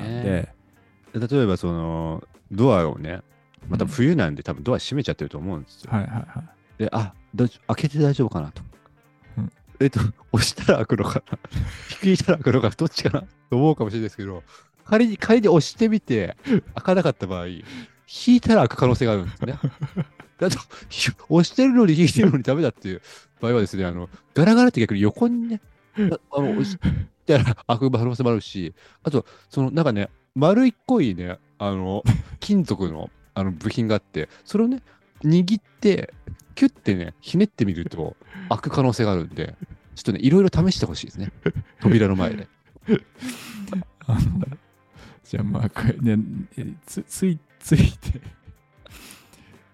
そうね例えばそのドアをね、また冬なんで、多分ドア閉めちゃってると思うんですよ。
はいはいはい
で、あだい開けて大丈夫かなと。
うん
えっと、押したら開くのか な、引いたら開くのかな、どっちかなと思うかもしれないですけど、仮に仮に押してみて、開かなかった場合、引いたら開く可能性があるんです ね。だと、ひ押してるのに引いてるのにダメだっていう場合はですね、あのガラガラって逆に横にね、あの押したら開く可能性もあるし、あと、そのなんかね、丸いっこいね、あの、金属のあの部品があって、それをね、握って、キュッてね、ひねってみると、開く可能性があるんで、ちょっとね、いろいろ試してほしいですね。扉の前で。
あの じゃあまあこれねえつついついて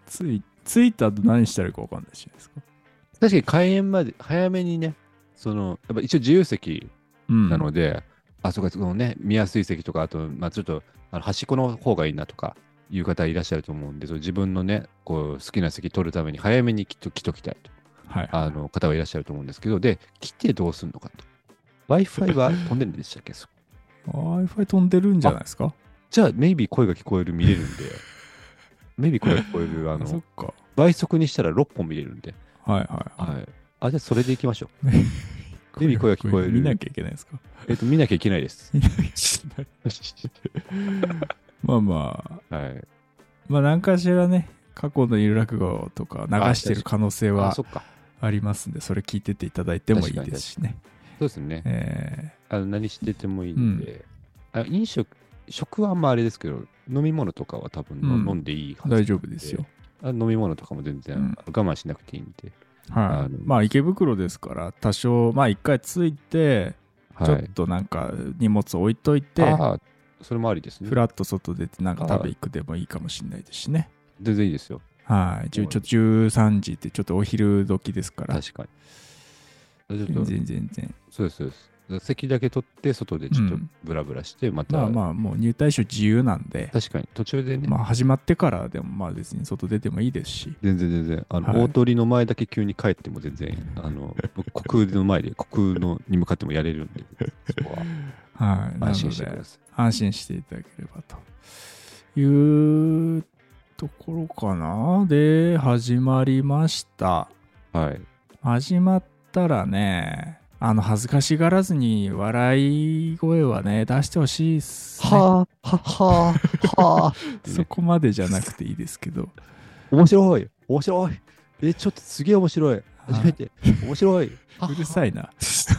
ついついた後何したらいいか分かんないじゃないですか、
確かに開演まで、早めにね、その、やっぱ一応自由席
うん
なので、あ、そうか、そのね、見やすい席とか、あと、まあちょっと、あの端っこの方がいいなとか、いう方いらっしゃると思うんで、その自分のね、こう、好きな席取るために早めにきっと来ときたいと。
はい
あの方はいらっしゃると思うんですけど、で、来てどうするのかと。Wi-Fi は飛んでるんでしたっけそ
Wi-Fi 飛んでるんじゃないですか
じゃあ、maybe 声が聞こえる、見れる んで、maybe 声が聞こえる、あ
そっ
の、
か
倍速にしたら6本見れるんで、
はいは いは
はい。あ、じゃあ、それでいきましょう。
い
耳声が聞こえる
見なきゃいけないですか
えっと、見なきゃいけない です。
見なきゃいけ ないまあまあ
はい。
まあ何かしらね過去の有楽号とか流してる可能性
あ、
は
そっか。
ありますんでそれ聞いてていただいてもいいですしね
そうですね。
え
あの何しててもいいんで、あ飲食、食はあんまあれですけど、飲み物とかは多分の、
うん
飲んでいいは
ー
ず
大丈夫ですよ
あ飲み物とかも全然、
うん
我慢しなくていいんで、
は
あ
い
の
まあ池袋ですから多少まあ一回着いて
はい。
ちょっとなんか荷物置いといて
ああ、それもありですね
ふ。らっと外出てなんか食べ行くでもいいかもしれないですしね
全然いいですよ。
はいちょちょ13時ってちょっとお昼時ですから
確かに。ちょ
全
っと
然全然
そうです、そうです。だから席だけ取って、外でちょっと
うん
ブラブラして、また、
まあまあもう入退所自由なんで
確かに途中でね、
まあ始まってからでもまあ別に外出てもいいですし
全然全然、あの、
はい
大鳥の前だけ急に帰っても全然、 あの、国空の前で、国空のに向かってもやれるんで、そ こは
はいなの
安心してく
で
ださ
安心していただければというところかなで始まりました
い。はい。
始まったらねあの恥ずかしがらずに笑い声はね出してほしいっす、ね、
はあ、はあ、はあ、
そこまでじゃなくていいですけど
面白い、面白い。え、ちょっとすげえ面白い。
い
初めて、面白い。
うるさいな自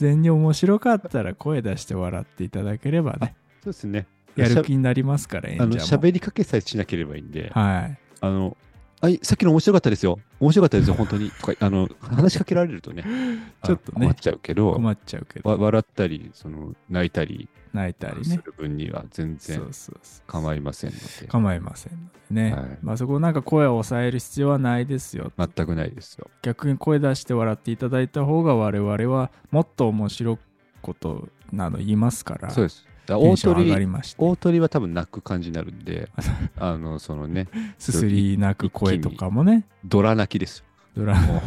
然に面白かったら声出して笑っていただければね
そうですね。
やる気になりますから演
あの、
者も
喋りかけさえしなければいいんで、
はい
あの、あいさっきの面白かったですよ。面白かったですよ、本当に。とか、あの、話しかけられるとね、
ちょっとね
あ困っちゃうけど、
困っちゃうけど
わ笑ったり、その、泣いたり
泣いたり
す
ね
る分には全
そ
然
うそうそう
構いませんので、
構いませんのでね、
はい
まあ、そこなんか声を抑える必要はないですよ、
全くないですよ。
逆に声出して笑っていただいた方が我々はもっと面白いことなど言いますから
そうです。だ
テ
大
ンション上がり
鳥、
まして
大鳥は多分泣く感じになるんで、あの、そのね、
すすり泣く声とかもね
ドラ泣きですよ。
ドラ
もう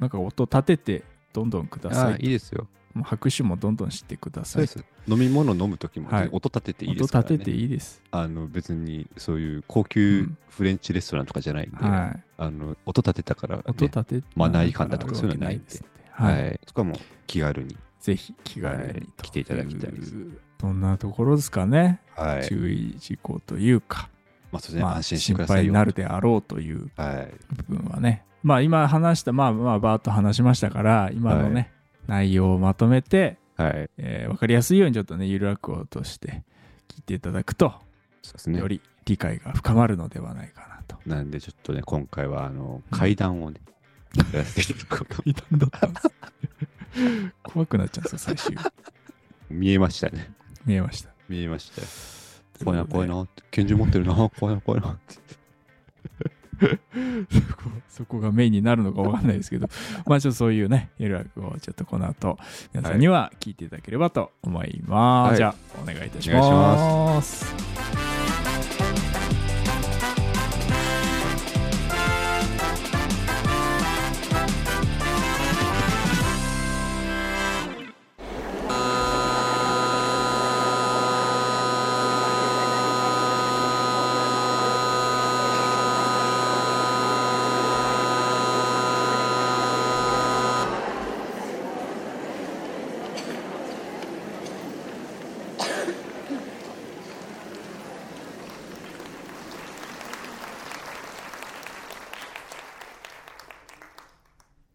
なんか音立ててどんどんくだ
あ
さ
あ
い
いいですよ。
もう拍手もどんどんしてくだ
そ
さ
う
い
です。飲み物飲むときも、
はい
音立てていい
音
ですから、
立
ね。
てていいです、
あの、別に、そういう高
う
級
ん
フレンチレストランとかじゃないんで、
はい
あの、音立てたから、ね、
音立て
マナー違反だとかそういうのはないんで
ですっては
はいい。とかも気軽に。
ぜひ気軽
はい
にとう
来ていただきたいです
そんなところですかね
は
注意事項というか、
まあ、そうですね、
まあ
安心して
心
くださ
配
い
に
よ。
なるであろうという
はい。
部分はね、まあ今話した、まあまあバーッと話しましたから、今のね、内容をまとめて、
はい。
え分かりやすいようにちょっとね、ゆるらくをとして聞いていただくと、
そうですね
よ。り理解が深まるのではないかなと。
なんで、ちょっとね、今回は、あの、階段をね、やらせていただく こと
いたんだったん です怖くなっちゃうんですよ、最終。
見えましたね。
見えました。
見えましたよ。怖いな、怖いな。拳銃持ってるな、怖いな、怖いな。
そこそこがメインになるのかわかんない ですけど、まあちょっとそういうね、ゆるらくをちょっとこの後、皆さんには聞いていただければと思います。
はい
じゃあ、お願いいたし
お願いし
ます。
「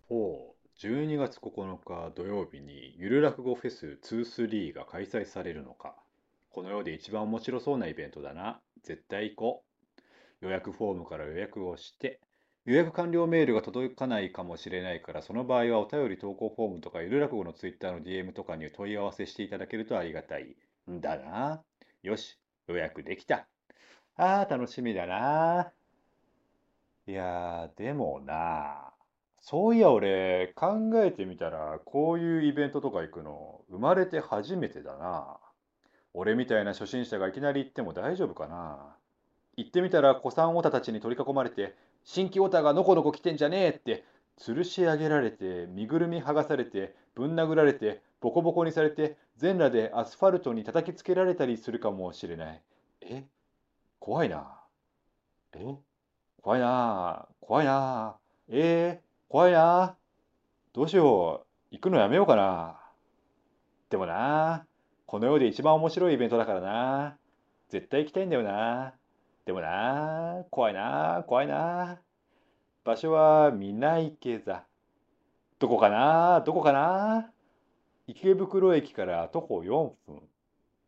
を12月9日土曜日にゆる落語フェス23が開催されるのか。この世で一番面白そうなイベントだな。絶対行こう。予約フォームから予約をして、予約完了メールが届かないかもしれないから、その場合はお便り投稿フォームとか、ゆる落語のツイッターの DM とかに問い合わせしていただけるとありがたい。んだな。よし、予約できた。ああ、楽しみだな。いやー、でもな。そういや、俺、考えてみたら、こういうイベントとか行くの、生まれて初めてだな。俺みたいな初心者がいきなり行っても大丈夫かな。行ってみたら、古参オタたちに取り囲まれて、新規オタがのこのこ来てんじゃねえって、吊るし上げられて、身ぐるみ剥がされて、ぶん殴られて、ボコボコにされて、全裸でアスファルトに叩きつけられたりするかもしれない。え怖いな。え怖いな。怖いな。えー、怖いな。どうしよう。行くのやめようかな。でもな、この世で一番面白いイベントだからな。絶対行きたいんだよな。でもな、怖いな、怖いな。場所は皆池座。どこかな、どこかな。池袋駅から徒歩4分。っ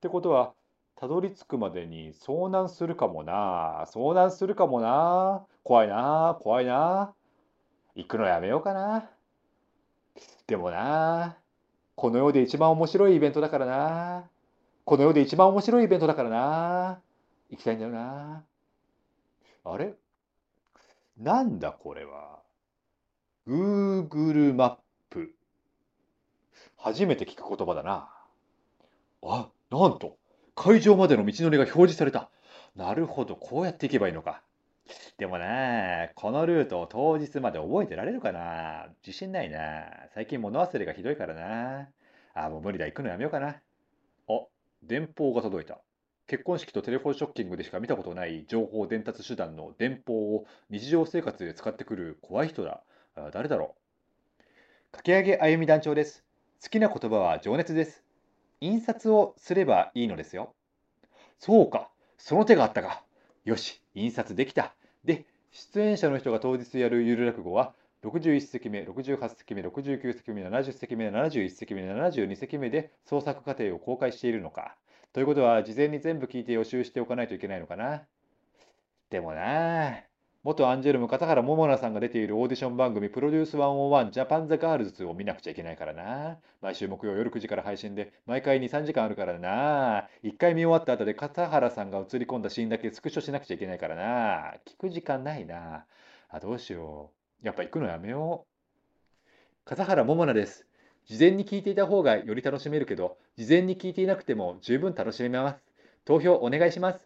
てことは、たどり着くまでに遭難するかもな、遭難するかもな。怖いな、怖いな。行くのやめようかな。でもな、この世で一番面白いイベントだからな。この世で一番面白いイベントだからな。行きたいんだよな。あれなんだこれは。Google マップ。初めて聞く言葉だな。あ、なんと、会場までの道のりが表示された。なるほど、こうやって行けばいいのか。でもな、このルートを当日まで覚えてられるかな。自信ないな。最近物忘れがひどいからな。あ、もう無理だ、行くのやめようかな。あ、電報が届いた。結婚式とテレフォンショッキングでしか見たことない情報伝達手段の電報を日常生活で使ってくる怖い人だ。あ誰だろう。かき上げあゆみ団長です。好きな言葉は情熱です。印刷をすればいいのですよ。そうか、その手があったか。よし、印刷できた。で、出演者の人が当日やるゆる落語は、61席目、68席目、69席目、70席目、71席目、72席目で創作過程を公開しているのか。ということは、事前に全部聞いて予習しておかないといけないのかな。でもなあ、元アンジェルム片原桃奈さんが出ているオーディション番組、プロデュース101ジャパンザガールズを見なくちゃいけないからな。毎週木曜夜9時から配信で、毎回2、3時間あるからな。1回見終わった後で片原さんが映り込んだシーンだけスクショしなくちゃいけないからな。聞く時間ないな。あ、どうしよう。やっぱ行くのやめよう。笠原桃奈です。事前に聞いていた方がより楽しめるけど、事前に聞いていなくても十分楽しめます。投票お願いします。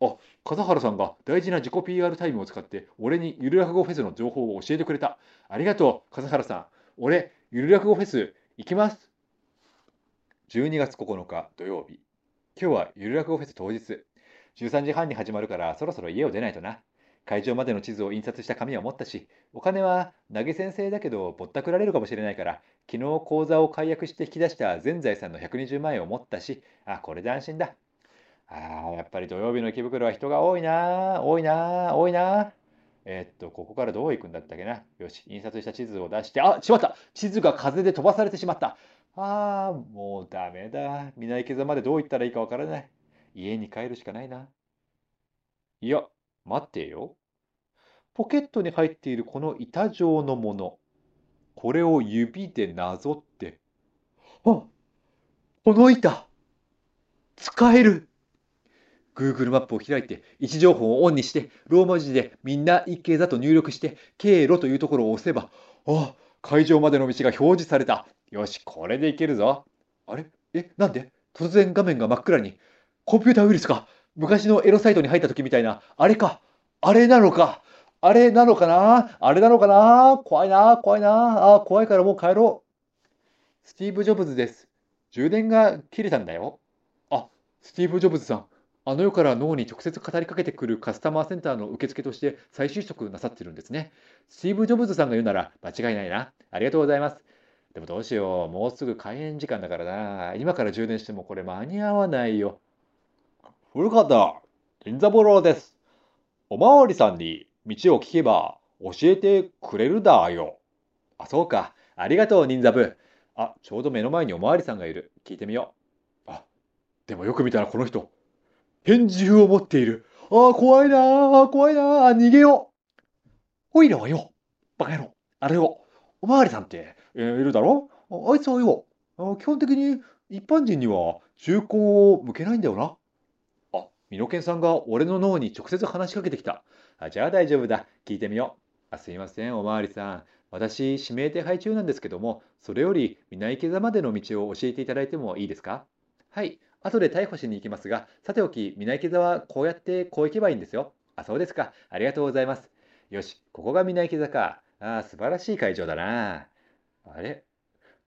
あ、笠原さんが大事な自己 PR タイムを使って、俺にゆる落語フェスの情報を教えてくれた。ありがとう、笠原さん。俺、ゆる落語フェス行きます。12月9日土曜日。今日はゆる落語フェス当日。13時半に始まるからそろそろ家を出ないとな。会場までの地図を印刷した紙は持ったし、お金は投げ先生だけどぼったくられるかもしれないから、昨日口座を解約して引き出した全財産の120万円を持ったし、あ、これで安心だ。あーやっぱり土曜日の池袋は人が多いな、多いな、多いな。えーっと、ここからどう行くんだったっけな。よし、印刷した地図を出して、あ、しまった地図が風で飛ばされてしまった。あー、もうダメだ。皆池座までどう行ったらいいかわからない。家に帰るしかないな。いや、待てよ。ポケットに入っているこの板状のもの。これを指でなぞって。あ、この板、使える。Google マップを開いて、位置情報をオンにして、ローマ字でみんな池座と入力して、経路というところを押せば、あ、会場までの道が表示された。よし、これでいけるぞ。あれえ、なんで突然画面が真っ暗に。コンピューターウイルスか昔のエロサイトに入った時みたいな、あれかあれなのかあれなのかなあれなのかな怖いな、怖いな。あー、怖いからもう帰ろう。スティーブ・ジョブズです。充電が切れたんだよ。あ、スティーブ・ジョブズさん。あの世から脳に直接語りかけてくるカスタマーセンターの受付として再就職なさってるんですね。スティーブ・ジョブズさんが言うなら間違いないな。ありがとうございます。でもどうしよう。もうすぐ開演時間だからな。今から充電してもこれ間に合わないよ。古方、銀座ボローです。おまわりさんに道を聞けば教えてくれるだよ。ああ、そうか。ありがとう、忍者部。あ、ちょうど目の前におまわりさんがいる。聞いてみよう。あ、でもよく見たらこの人。拳銃を持っている。ああ、怖いなあ、怖いなあ、逃げよう。おいらはよ、バカ野郎、あれよ、おまわりさんって、えーいるだろああいつはよ、あ基本的に一般人には銃口を向けないんだよな。あ、ミノケンさんが俺の脳に直接話しかけてきた。あ、じゃあ大丈夫だ。聞いてみよう。あ、すいません、おまわりさん。私、指名手配中なんですけども、それより、皆池座までの道を教えていただいてもいいですかはい、後で逮捕しに行きますが、さておき、皆池座はこうやってこう行けばいいんですよ。あ、そうですか。ありがとうございます。よし、ここが皆池座か。ああ、素晴らしい会場だな。あれ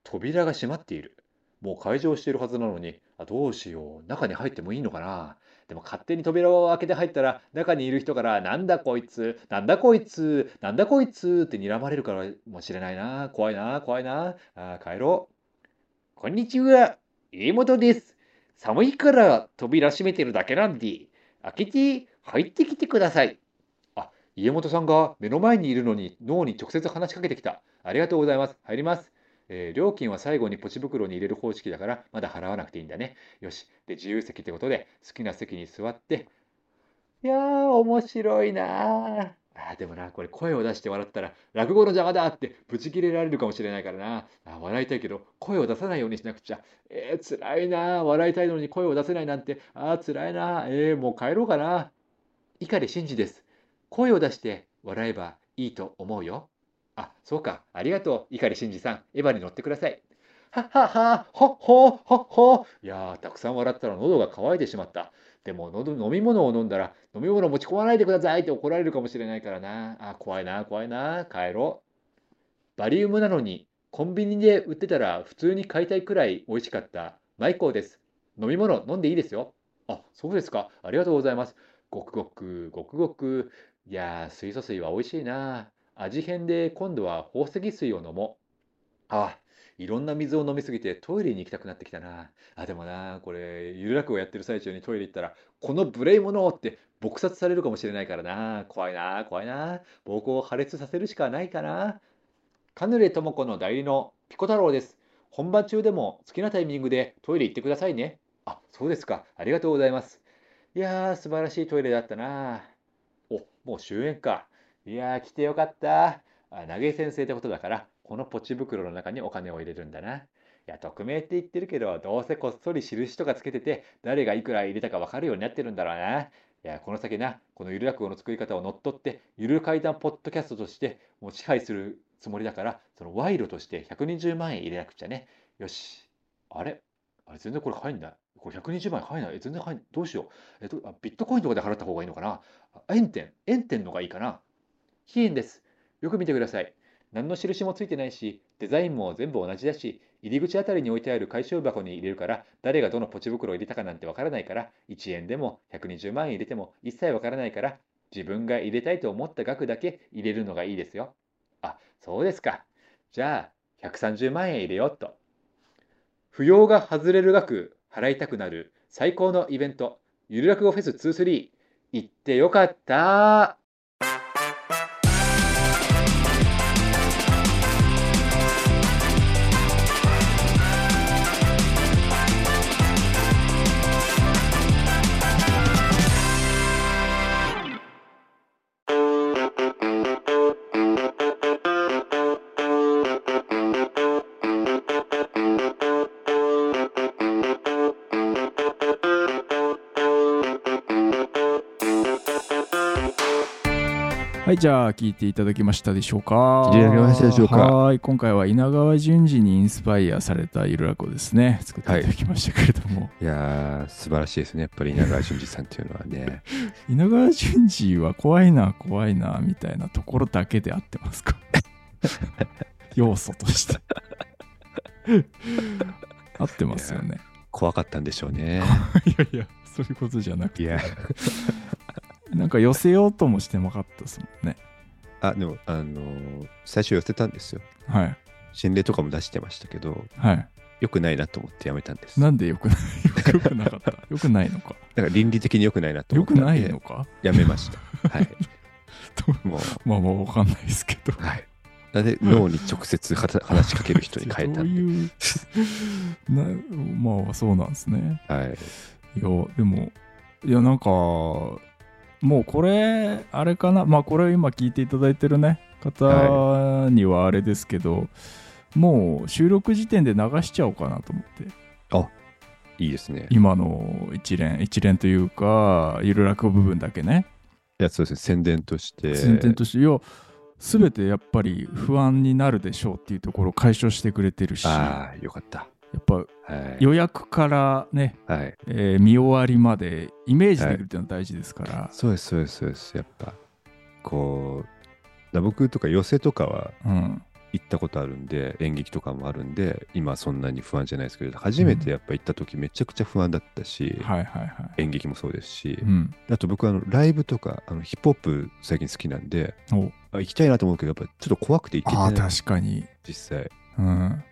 扉が閉まっている。もう開場しているはずなのに、あ、どうしよう。中に入ってもいいのかな。でも勝手に扉を開けて入ったら中にいる人から「なんだこいつなんだこいつなんだこいつ」って睨まれるからもしれないな怖いな怖いなあー帰ろうこんにちは家元です寒いから扉閉めてるだけなんで開けて入ってきてくださいあ家元さんが目の前にいるのに脳に直接話しかけてきたありがとうございます入りますえー料金は最後にポチ袋に入れる方式だからまだ払わなくていいんだね。よし。で、自由席ってことで、好きな席に座って、いやー、面白いなー。あーでもな、これ声を出して笑ったら、落語の邪魔だって、ブチ切れられるかもしれないからな。あー笑いたいけど、声を出さないようにしなくちゃ。えー、辛いなー。笑いたいのに声を出せないなんて、あー、辛いなー。えー、もう帰ろうかな。碇シンジです。声を出して笑えばいいと思うよ。あ、そうか。ありがとう、碇シンジさん。エヴァに乗ってください。はっはっは、ほっほっほっほ。いやー、たくさん笑ったら喉が渇いてしまった。でも、喉飲み物を飲んだら、飲み物持ち込まないでくださいって怒られるかもしれないからな。あ、怖いな、怖いな、帰ろう。バリウムなのに、コンビニで売ってたら普通に買いたいくらい美味しかった。マイコーです。飲み物飲んでいいですよ。あ、そうですか。ありがとうございます。ごくごく、ごくごく。いやー、水素水は美味しいな。味変で今度は宝石水を飲もう。ああ。いろんな水を飲みすぎてトイレに行きたくなってきたな。あ、でもな、これ、ゆるらくをやってる最中にトイレ行ったら、この無礼者って撲殺されるかもしれないからな。怖いな、怖いな。暴行を破裂させるしかないかな。カヌレ智子の代理のピコ太郎です。本番中でも好きなタイミングでトイレ行ってくださいね。あ、そうですか。ありがとうございます。いやー、素晴らしいトイレだったな。お、もう終演か。いやー、来てよかった。あ、投げ先生ってことだから、このポチ袋の中にお金を入れるんだな。いや、匿名って言ってるけど、どうせこっそり印とかつけてて、誰がいくら入れたかわかるようになってるんだろうな。いや、この先な、このゆる落語の作り方を乗っ取って、ゆる階段ポッドキャストとして、もう支配するつもりだから、その賄賂として120万円入れなくちゃね。よし。あれあれ、全然これ入んない。これ120万円入んない。え全然入んない。どうしよう。えっと、あビットコインとかで払った方がいいのかなあ円点、円点のがいいかな非円です。よく見てください。何の印もついてないし、デザインも全部同じだし、入り口あたりに置いてある回収箱に入れるから、誰がどのポチ袋を入れたかなんてわからないから、1円でも120万円入れても一切わからないから、自分が入れたいと思った額だけ入れるのがいいですよ。あ、そうですか。じゃあ、130万円入れようっと。扶養が外れる額払いたくなる最高のイベント、ゆる落語フェス23、行ってよかった
はい、じゃあ聞いていただきましたでしょうか。
聞いていただきましたでしょうか
はい、今回は稲川淳二にインスパイアされたゆるらこですね。作っていただきましたけれども、
いやー、素晴らしいですね。やっぱり稲川淳二さんっていうのは ね。
稲川淳二は怖いな、怖いなみたいなところだけで合ってます か。要素として。合ってますよね。
怖かったんでしょうね。
いやいや、そういうことじゃなく
いや、
て、なんか寄せようともしてなかったですもんね。
あ、でも、あのー最初寄せたんですよ。
はい、
心霊とかも出してましたけど、
はい。
良くないなと思ってやめたんです。
なんでよくない よくなかったよくないのか
なんか倫理的に良くないなと思
よ
っ
く
たん
な
で
いのか
やめました。はい。
ど
も
まあまあわかんないですけど
う、はい。なんで脳に直接は た話しかける人に変えた
どう
の
いうなまあそうなんですね
はい。
いやでもいやなんかもうこれあれかなまあこれを今聞いていただいてるね方にはあれですけど、もう収録時点で流しちゃおうかなと思って
いいですね。い
今の一連一連というかゆるらく部分だけね
や、そうですね。宣伝として。
先天としていや全てやっぱり不安になるでしょうっていうところを解消してくれてるしや
ああ、よかった。
っぱ
はい。
予約からね、
はい。
えー見終わりまでイメージできるっていうのは大事ですから、
そうです、そうです、そうです。やっぱ、こう、だ僕とか寄席とかは
うん
行ったことあるんで、演劇とかもあるんで、今そんなに不安じゃないですけど、初めてやっぱ行った時めちゃくちゃ不安だったし、
はいはいはい。
演劇もそうですし
う、ん。
あと僕あの、ライブとか、あのヒップホップ最近好きなんで、
お
あ行きたいなと思うけど、やっぱちょっと怖くて行け
ああ、
てない、
確かに。
実際。
うん。あ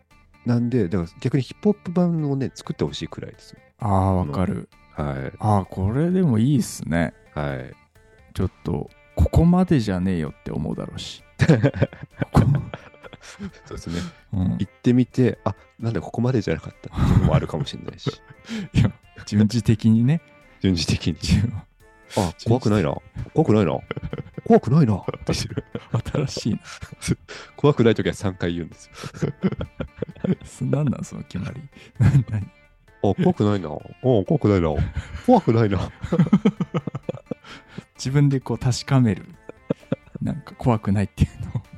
なんで、だから逆にヒップホップ版をね、作ってほしいくらいです。
あー、わかる。
は
ああ、これでもいいっすね。
い。はい。
ちょっと、ここまでじゃねえよって思うだろう し。ここ
そうですね。
うん、い
行ってみて、あなんだ、ここまでじゃなかったっていうのもあるかもし れないし、
や、順次的にね。
順次的に。
自分
あ、怖くないな。怖くないな。怖くないな。って
新しいな。
怖くないときは3回言うんですよ。
そなんなん、その決まり。何何
あ、怖く ないな。あ、怖くないな。怖くないな。
自分でこう確かめる。なんか怖くないってい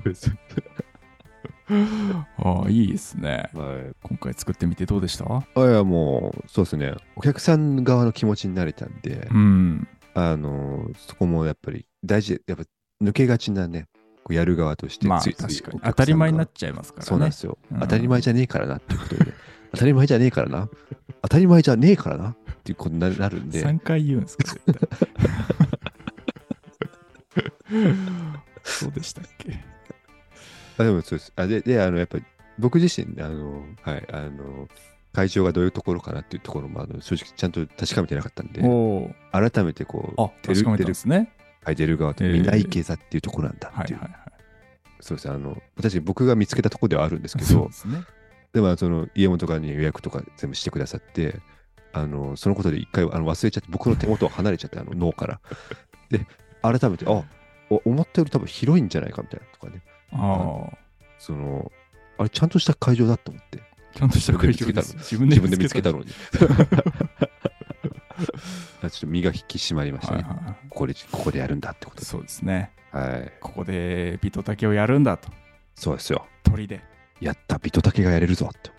うの。ああ、いいですね。
はい。
今回作ってみてどうでした
あいや、もう、そうですね。お客さん側の気持ちになれたんで、
うん。
あの、そこもやっぱり大事、やっぱ抜けがちなね、こうやる側として
まあ
つい
確
つい
か
お
に
客さんが
当たり前になっちゃいますからね。
そうなんですよ。
うん
当たり前じゃねえからなっていうことでね。当たり前じゃねえからな。当たり前じゃねえからなっていうことにななるんで。
3回言うんですか 絶対そうでしたっけ
あでもそうです。あで、で、あの、やっぱり僕自身、あの、はい、あの、会場がどういうところかなっていうところも、あの正直ちゃんと確かめてなかったんで、
お
改めてこう、
おあ
出
確かめたん
る
ですね
はい出る側と
えー
見ない系座っていうところなんだ
は
っ
い
てい
は
う。
いはい
そうですね。あの、確かに僕が見つけたところではあるんですけ
そう
ど
で、すね
でも、その、家元とかに予約とか全部してくださって、あの、そのことで一回あの忘れちゃって、僕の手元を離れちゃって、あの、脳から。で、改めて、あ、お思ったより多分広いんじゃないかみたいなとかね、
ああ
その、あれ、ちゃんとした会場だと思って、
ちゃんとした会場です 自分
自分で見つけた
の
のに。 あちょっと身が引き締まりました
は
ね。
いは
ここで、ここでやるんだってこと
い
で
そうですね
はい。
ここでビトタケをやるんだと
そうですよ。
鳥で
やった、ビトタケがやれるぞと。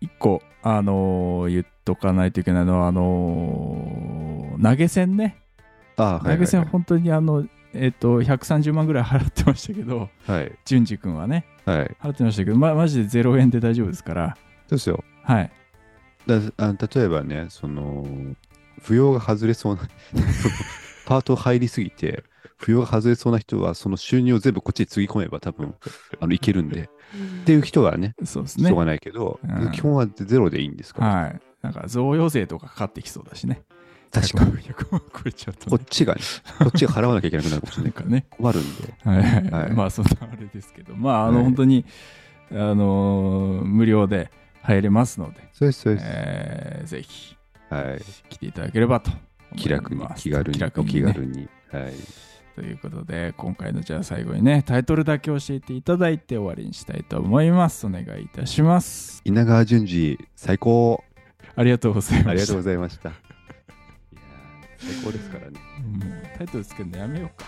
一個あのー言っとかないといけないのはあのー投げ銭ね
あ
投げ銭本当にあのえっと130万ぐらい払ってましたけど
はい。
淳二君はね
はい。
払ってましたけど、ま、マジで0円で大丈夫ですから、
そうですよ。
はい。
だあ例えばねその扶養が外れそうな パート入りすぎて扶養が外れそうな人はその収入を全部こっちにつぎ込めば多分あのいけるん でっていう人はね
そうです
し
ね
ょう。がないけど、
うん
基本はゼロでいいんですから、
はい。なんか贈与税とかかかってきそうだしね。
確 かに
に。100万超えちゃうと、
こ
ね
っ。ちがねこっちが払わなきゃいけなくなるかもし
な
れなんい
かね。
困るんで
はいはい。
はい
まあ、そんなあれですけど、まあ、あの、
はい
本当に、あのー無料で入れますので、
そうですそうです、
えーぜひ、
はい
来ていただければと思います。
気楽に気軽に
気楽にね
お気軽に、はい
ということで、今回のじゃあ最後にね、タイトルだけ教えていただいて終わりにしたいと思います。お願いいたします。
稲川淳二最高
ありがとうございました。
ありがとうございましたいやー最高ですからね
もうタイトルつけるのやめようか。